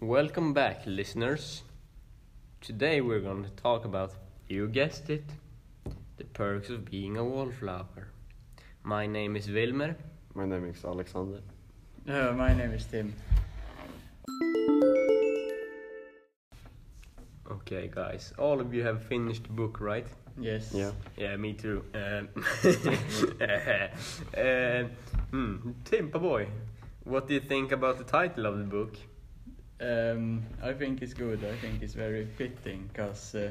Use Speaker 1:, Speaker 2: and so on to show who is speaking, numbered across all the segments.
Speaker 1: Welcome back, listeners. Today we're going to talk about, you guessed it, the perks of being a wallflower. My name is Wilmer.
Speaker 2: My name is Alexander.
Speaker 3: No, Oh, my name is Tim.
Speaker 1: Okay, guys, all of you have finished the book, right?
Speaker 3: Yes.
Speaker 2: Yeah.
Speaker 1: Yeah, me too. Um, um, hmm, Timpa boy, what do you think about the title of the book?
Speaker 3: Um, I think it's good. I think it's very fitting because uh,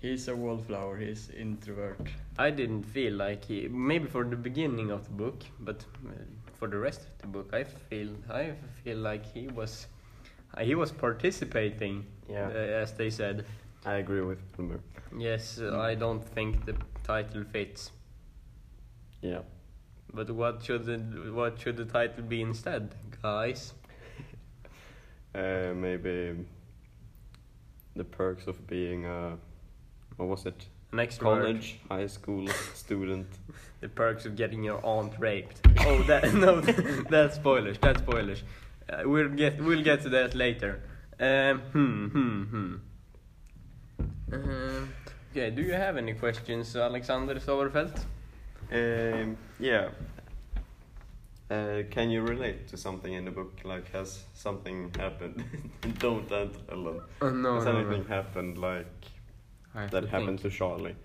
Speaker 3: he's a wallflower. He's introvert.
Speaker 1: I didn't feel like he, maybe for the beginning of the book, but uh, for the rest of the book, I feel I feel like he was uh, he was participating,
Speaker 2: Yeah.
Speaker 1: uh, as they said.
Speaker 2: I agree with Wilmer.
Speaker 1: Yes, uh, I don't think the title fits.
Speaker 2: Yeah.
Speaker 1: But what should the, what should the title be instead, guys?
Speaker 2: Uh, maybe the perks of being a what was it?
Speaker 1: An extrovert.
Speaker 2: College, high school student.
Speaker 1: The perks of getting your aunt raped. Oh, that no, that's spoilers. That's spoilers. Uh, we'll get we'll get to that later. Um, hmm, hmm, hmm. Um, okay. Do you have any questions, Alexander Soberfeld?
Speaker 2: Um, yeah. Uh, can you relate to something in the book? Like, has something happened? Don't answer alone.
Speaker 1: Uh, no,
Speaker 2: has
Speaker 1: no,
Speaker 2: anything
Speaker 1: no.
Speaker 2: happened like
Speaker 1: I have
Speaker 2: that
Speaker 1: to
Speaker 2: happened
Speaker 1: think. Hmm.
Speaker 2: to Charlie?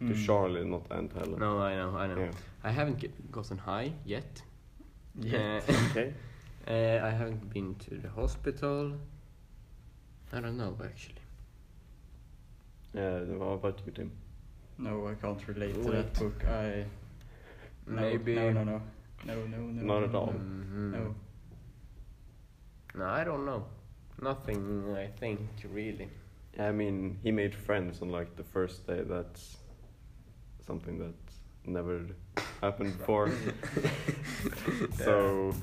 Speaker 2: To
Speaker 3: Mm.
Speaker 2: Charlie, not Aunt Helen.
Speaker 1: No, I know, I know.
Speaker 2: Yeah.
Speaker 1: I haven't get, gotten high yet.
Speaker 3: Yeah.
Speaker 1: Uh,
Speaker 2: Okay.
Speaker 1: Uh, I haven't been to the hospital. I don't know actually.
Speaker 2: Yeah. How Uh, about you, Tim?
Speaker 3: No, I can't relate to
Speaker 1: Wait.
Speaker 3: that book. I. No,
Speaker 1: Maybe.
Speaker 3: No, no, no. No, no, no.
Speaker 2: Not at
Speaker 3: no,
Speaker 2: all.
Speaker 3: no,
Speaker 1: Mhm.
Speaker 3: No.
Speaker 1: No, I don't know. Nothing, I think, really.
Speaker 2: I mean, he made friends on like the first day. That's something that never happened before. so,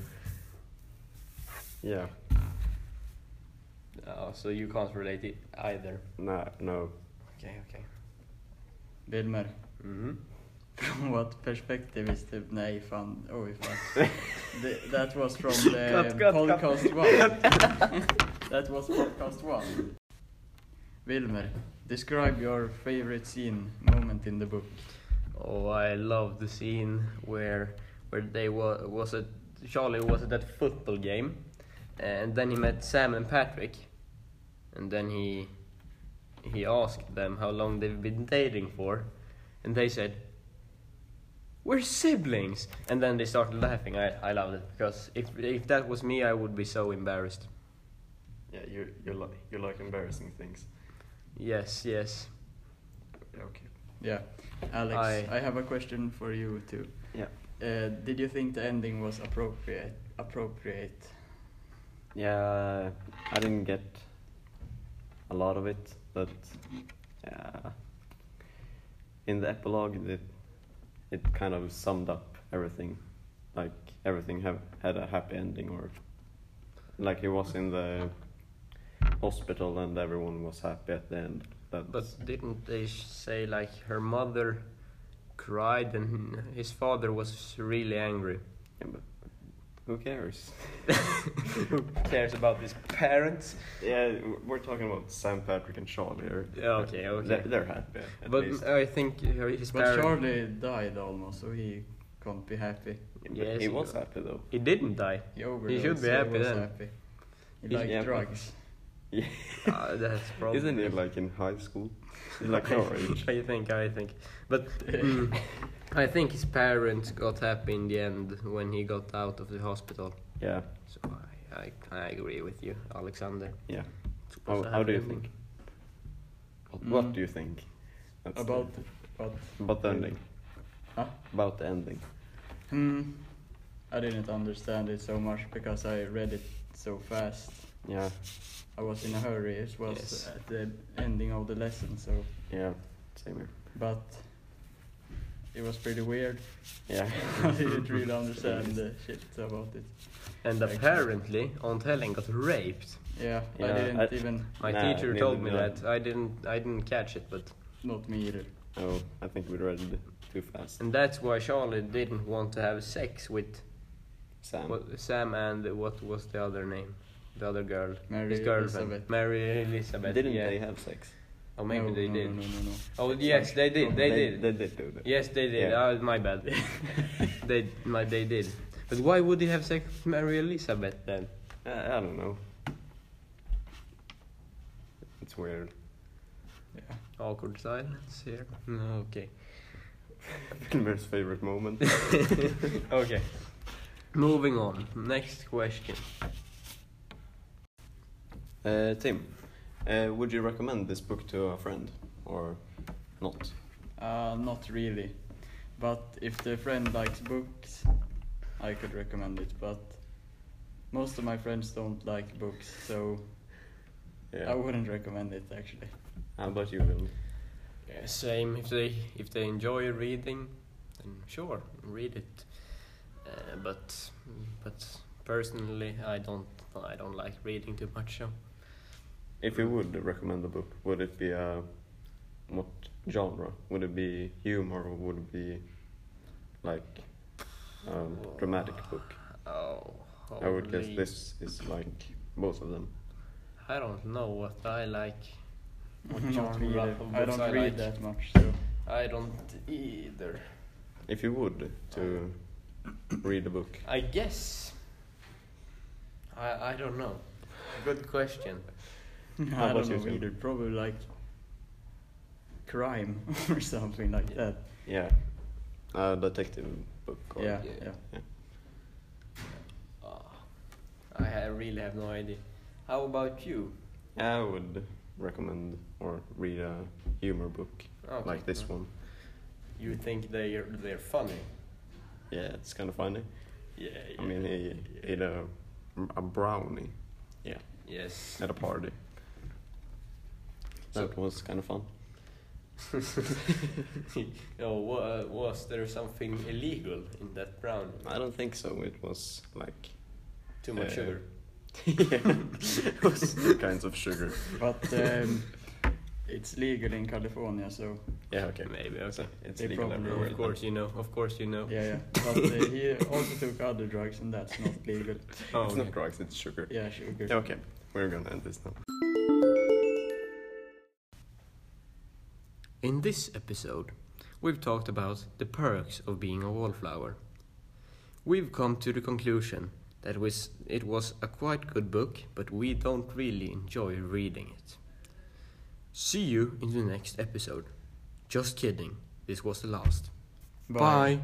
Speaker 2: yeah,
Speaker 1: Oh, so you can't relate it either.
Speaker 2: nah, no.
Speaker 1: Okay, okay.
Speaker 3: Wilmer,
Speaker 1: Mm-hmm.
Speaker 3: from what perspective is the... Nej, fan. Oj, fan. the, that was from the
Speaker 1: Cut, cut,
Speaker 3: podcast one. that was podcast one. Wilmer, describe your favorite scene, moment in the book.
Speaker 1: Oh, I love the scene where where they wa- was at Charlie was at that football game, and then he met Sam and Patrick, and then he he asked them how long they've been dating for, and they said. We're siblings, and then they started laughing. I I loved it because if if that was me, I would be so embarrassed.
Speaker 2: Yeah, you you like you like embarrassing things.
Speaker 1: Yes, yes.
Speaker 2: Okay.
Speaker 3: Yeah, Alex,
Speaker 1: I-
Speaker 3: I have a question for you too.
Speaker 2: Yeah.
Speaker 3: Uh, did you think the ending was appropriate? Appropriate.
Speaker 2: Yeah, I didn't get a lot of it, but uh, in the epilogue, it it kind of summed up everything, like everything have, had a happy ending, or like he was in the hospital and everyone was happy at the end. That's,
Speaker 1: But didn't they sh- say like her mother cried and his father was really angry?
Speaker 2: yeah, but who cares?
Speaker 1: Who cares about his parents?
Speaker 2: Yeah, w- we're talking about Sam Patrick and Charlie here.
Speaker 1: Yeah, okay, okay.
Speaker 2: They're, they're happy. At
Speaker 1: but
Speaker 2: least.
Speaker 1: I think her- his
Speaker 3: But
Speaker 1: parents.
Speaker 3: Charlie died almost, so he can't be happy.
Speaker 2: But
Speaker 1: Yes,
Speaker 2: he
Speaker 1: he
Speaker 2: was
Speaker 1: got-
Speaker 2: happy though.
Speaker 1: He didn't die.
Speaker 3: He overdosed.
Speaker 1: should be
Speaker 3: so
Speaker 1: happy
Speaker 3: was
Speaker 1: then.
Speaker 3: Happy. He
Speaker 2: He's-
Speaker 3: liked
Speaker 2: yeah, but-
Speaker 3: drugs.
Speaker 2: Yeah.
Speaker 1: Ah, that's probably.
Speaker 2: Isn't it like in high school? Like our age.
Speaker 1: I think, I think. But mm, I think his parents got happy in the end when he got out of the hospital.
Speaker 2: Yeah,
Speaker 1: So I, I, I agree with you, Alexander.
Speaker 2: yeah.
Speaker 1: It
Speaker 2: How,
Speaker 1: was a
Speaker 2: how do you
Speaker 1: happy
Speaker 2: think?
Speaker 1: ending.
Speaker 2: What- What
Speaker 3: Mm.
Speaker 2: do you think? That's
Speaker 3: About
Speaker 2: the,
Speaker 3: what?
Speaker 2: about the ending.
Speaker 3: Huh?
Speaker 2: About the ending.
Speaker 3: Hmm. I didn't understand it so much because I read it so fast.
Speaker 2: Yeah,
Speaker 3: I was in a hurry. It was
Speaker 1: Yes.
Speaker 3: at the ending of the lesson, so.
Speaker 2: yeah. Same here.
Speaker 3: But. It was pretty weird.
Speaker 2: Yeah.
Speaker 3: I didn't really understand the shit about it.
Speaker 1: And
Speaker 3: Actually.
Speaker 1: apparently, Aunt Helen got raped.
Speaker 3: Yeah, I
Speaker 2: Yeah,
Speaker 3: didn't
Speaker 2: I-
Speaker 3: even.
Speaker 1: My
Speaker 2: Nah,
Speaker 1: teacher
Speaker 2: neither
Speaker 1: told me
Speaker 2: did I.
Speaker 1: that. I didn't. I didn't catch it, but
Speaker 3: Not me either.
Speaker 2: Oh, I think we read it too fast.
Speaker 1: and that's why Charlie didn't want to have sex with
Speaker 2: Sam.
Speaker 1: what, Sam and what was the other name? the other girl,
Speaker 3: Mary
Speaker 1: his girlfriend,
Speaker 3: Elizabeth.
Speaker 1: Mary Elizabeth.
Speaker 2: Didn't
Speaker 1: yeah.
Speaker 2: they have sex?
Speaker 1: Oh, maybe
Speaker 3: No,
Speaker 1: they
Speaker 3: no,
Speaker 1: did.
Speaker 3: No, no, no, no.
Speaker 1: Oh, yes, they did. They, did.
Speaker 2: They did do that.
Speaker 1: Yes, they did.
Speaker 2: Yeah.
Speaker 1: Uh, my bad. they, my, they did. But why would he have sex with Mary Elizabeth then?
Speaker 2: I, I don't know. It's weird.
Speaker 3: Yeah.
Speaker 1: Awkward silence here. No, okay.
Speaker 2: Wilmer's favorite moment.
Speaker 1: okay. Moving on. Next question.
Speaker 2: uh, Tim, uh, would you recommend this book to a friend or not?
Speaker 3: Uh, not really. But if the friend likes books, I could recommend it. But most of my friends don't like books, so I wouldn't recommend it actually.
Speaker 2: How about you, Wilmer?
Speaker 1: Yeah, same. If they if they enjoy reading, then sure, read it. Uh, but but personally, I don't I don't like reading too much. So
Speaker 2: Um, If you would recommend a book, would it be a what genre? Would it be humor or would it be like um, dramatic book?
Speaker 1: oh,
Speaker 2: I would guess
Speaker 1: holy-
Speaker 2: this is like both of them.
Speaker 1: I don't know what I like. What
Speaker 3: Not
Speaker 1: genre
Speaker 3: really.
Speaker 1: of
Speaker 3: I
Speaker 1: books
Speaker 3: don't
Speaker 1: I
Speaker 3: read
Speaker 1: like.
Speaker 3: that much, so
Speaker 1: I don't either.
Speaker 2: If you would to read a book,
Speaker 1: I guess. I I don't know. Good question.
Speaker 3: I
Speaker 2: about
Speaker 3: don't
Speaker 2: you,
Speaker 3: know
Speaker 2: Tim?
Speaker 3: either. Probably like crime or something like
Speaker 1: Yeah.
Speaker 3: that.
Speaker 2: yeah, a detective book. Or,
Speaker 3: Yeah,
Speaker 1: Yeah.
Speaker 3: yeah.
Speaker 1: Uh, I ha- really have no idea. How about you?
Speaker 2: I would recommend or read a humor book
Speaker 1: Oh, Okay.
Speaker 2: like this one.
Speaker 1: You think they're they're funny?
Speaker 2: Yeah, it's kind of funny.
Speaker 1: Yeah.
Speaker 2: I mean, he
Speaker 1: yeah.
Speaker 2: ate a a brownie
Speaker 1: Yes.
Speaker 2: at a party.
Speaker 1: So-
Speaker 2: That was kind of fun.
Speaker 1: no, wa- was there something illegal in that brown?
Speaker 2: I don't think so. It was like
Speaker 1: Too much
Speaker 2: Uh,
Speaker 1: sugar.
Speaker 2: it was two kinds of sugar.
Speaker 3: But um, it's legal in California, so
Speaker 2: Yeah, okay.
Speaker 1: Maybe okay.
Speaker 2: So it's
Speaker 3: They
Speaker 2: legal
Speaker 3: probably-
Speaker 2: everywhere.
Speaker 1: Of course you know. Of course you know.
Speaker 3: yeah, yeah. But uh, he also took other drugs, and that's not legal.
Speaker 1: Oh,
Speaker 2: it's
Speaker 1: okay.
Speaker 2: not drugs. It's sugar.
Speaker 3: Yeah, sugar.
Speaker 2: Okay, we're gonna end this now.
Speaker 1: In this episode, we've talked about the perks of being a wallflower. We've come to the conclusion that was- it was a quite good book, but we don't really enjoy reading it. See you in the next episode. Just kidding, this was the last. Bye.